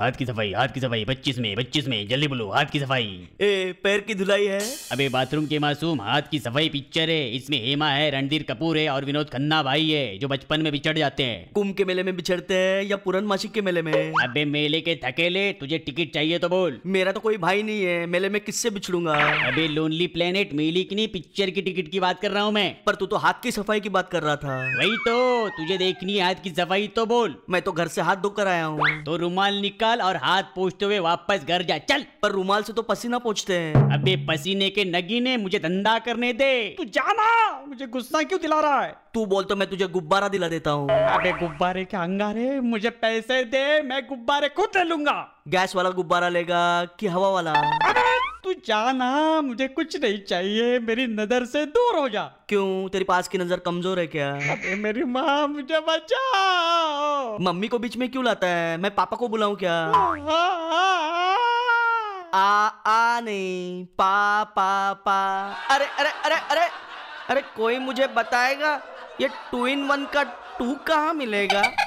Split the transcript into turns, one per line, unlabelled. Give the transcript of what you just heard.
हाथ की सफाई हाथ की सफाई पच्चीस में पच्चीस में जल्दी बोलो हाथ की सफाई
ए पैर की धुलाई है
अबे बाथरूम के मासूम हाथ की सफाई पिक्चर है इसमें हेमा है रणधीर कपूर है और विनोद खन्ना भाई है जो बचपन में बिछड़ जाते हैं
कुंभ के मेले में बिछड़ते हैं या पुरन मासिक के मेले में
अबे मेले के थकेले तुझे टिकट चाहिए तो बोल
मेरा तो कोई भाई नहीं है मेले में किससे बिछड़ूंगा
अबे लोनली प्लेनेट मेले की नहीं पिक्चर की टिकट की बात कर रहा हूँ मैं
पर तू तो हाथ की सफाई की बात कर रहा था
वही तो तुझे देखनी है हाथ की सफाई तो बोल
मैं तो घर से हाथ धोकर आया हूँ
तो रुमाल निकाल और हाथ पोछते हुए वापस घर जा चल
पर रुमाल से तो पसीना पहुँचते हैं
अबे पसीने के नगीने मुझे धंधा करने दे तू जाना मुझे गुस्सा क्यों दिला रहा है
तू बोल तो मैं तुझे गुब्बारा दिला देता हूँ
अबे गुब्बारे के अंगारे मुझे पैसे दे मैं गुब्बारे खुद ले लूंगा
गैस वाला गुब्बारा लेगा कि हवा वाला
अबे तू जाना मुझे कुछ नहीं चाहिए मेरी नजर से दूर हो जा
क्यों तेरी पास की नजर कमजोर है क्या
अबे मेरी माँ मुझे बचाओ हाँ,
मम्मी को बीच में क्यों लाता है मैं पापा को बुलाऊं क्या आ आ नहीं पा पा पा अरे अरे अरे अरे अरे कोई मुझे बताएगा ये टू इन वन का टू कहाँ मिलेगा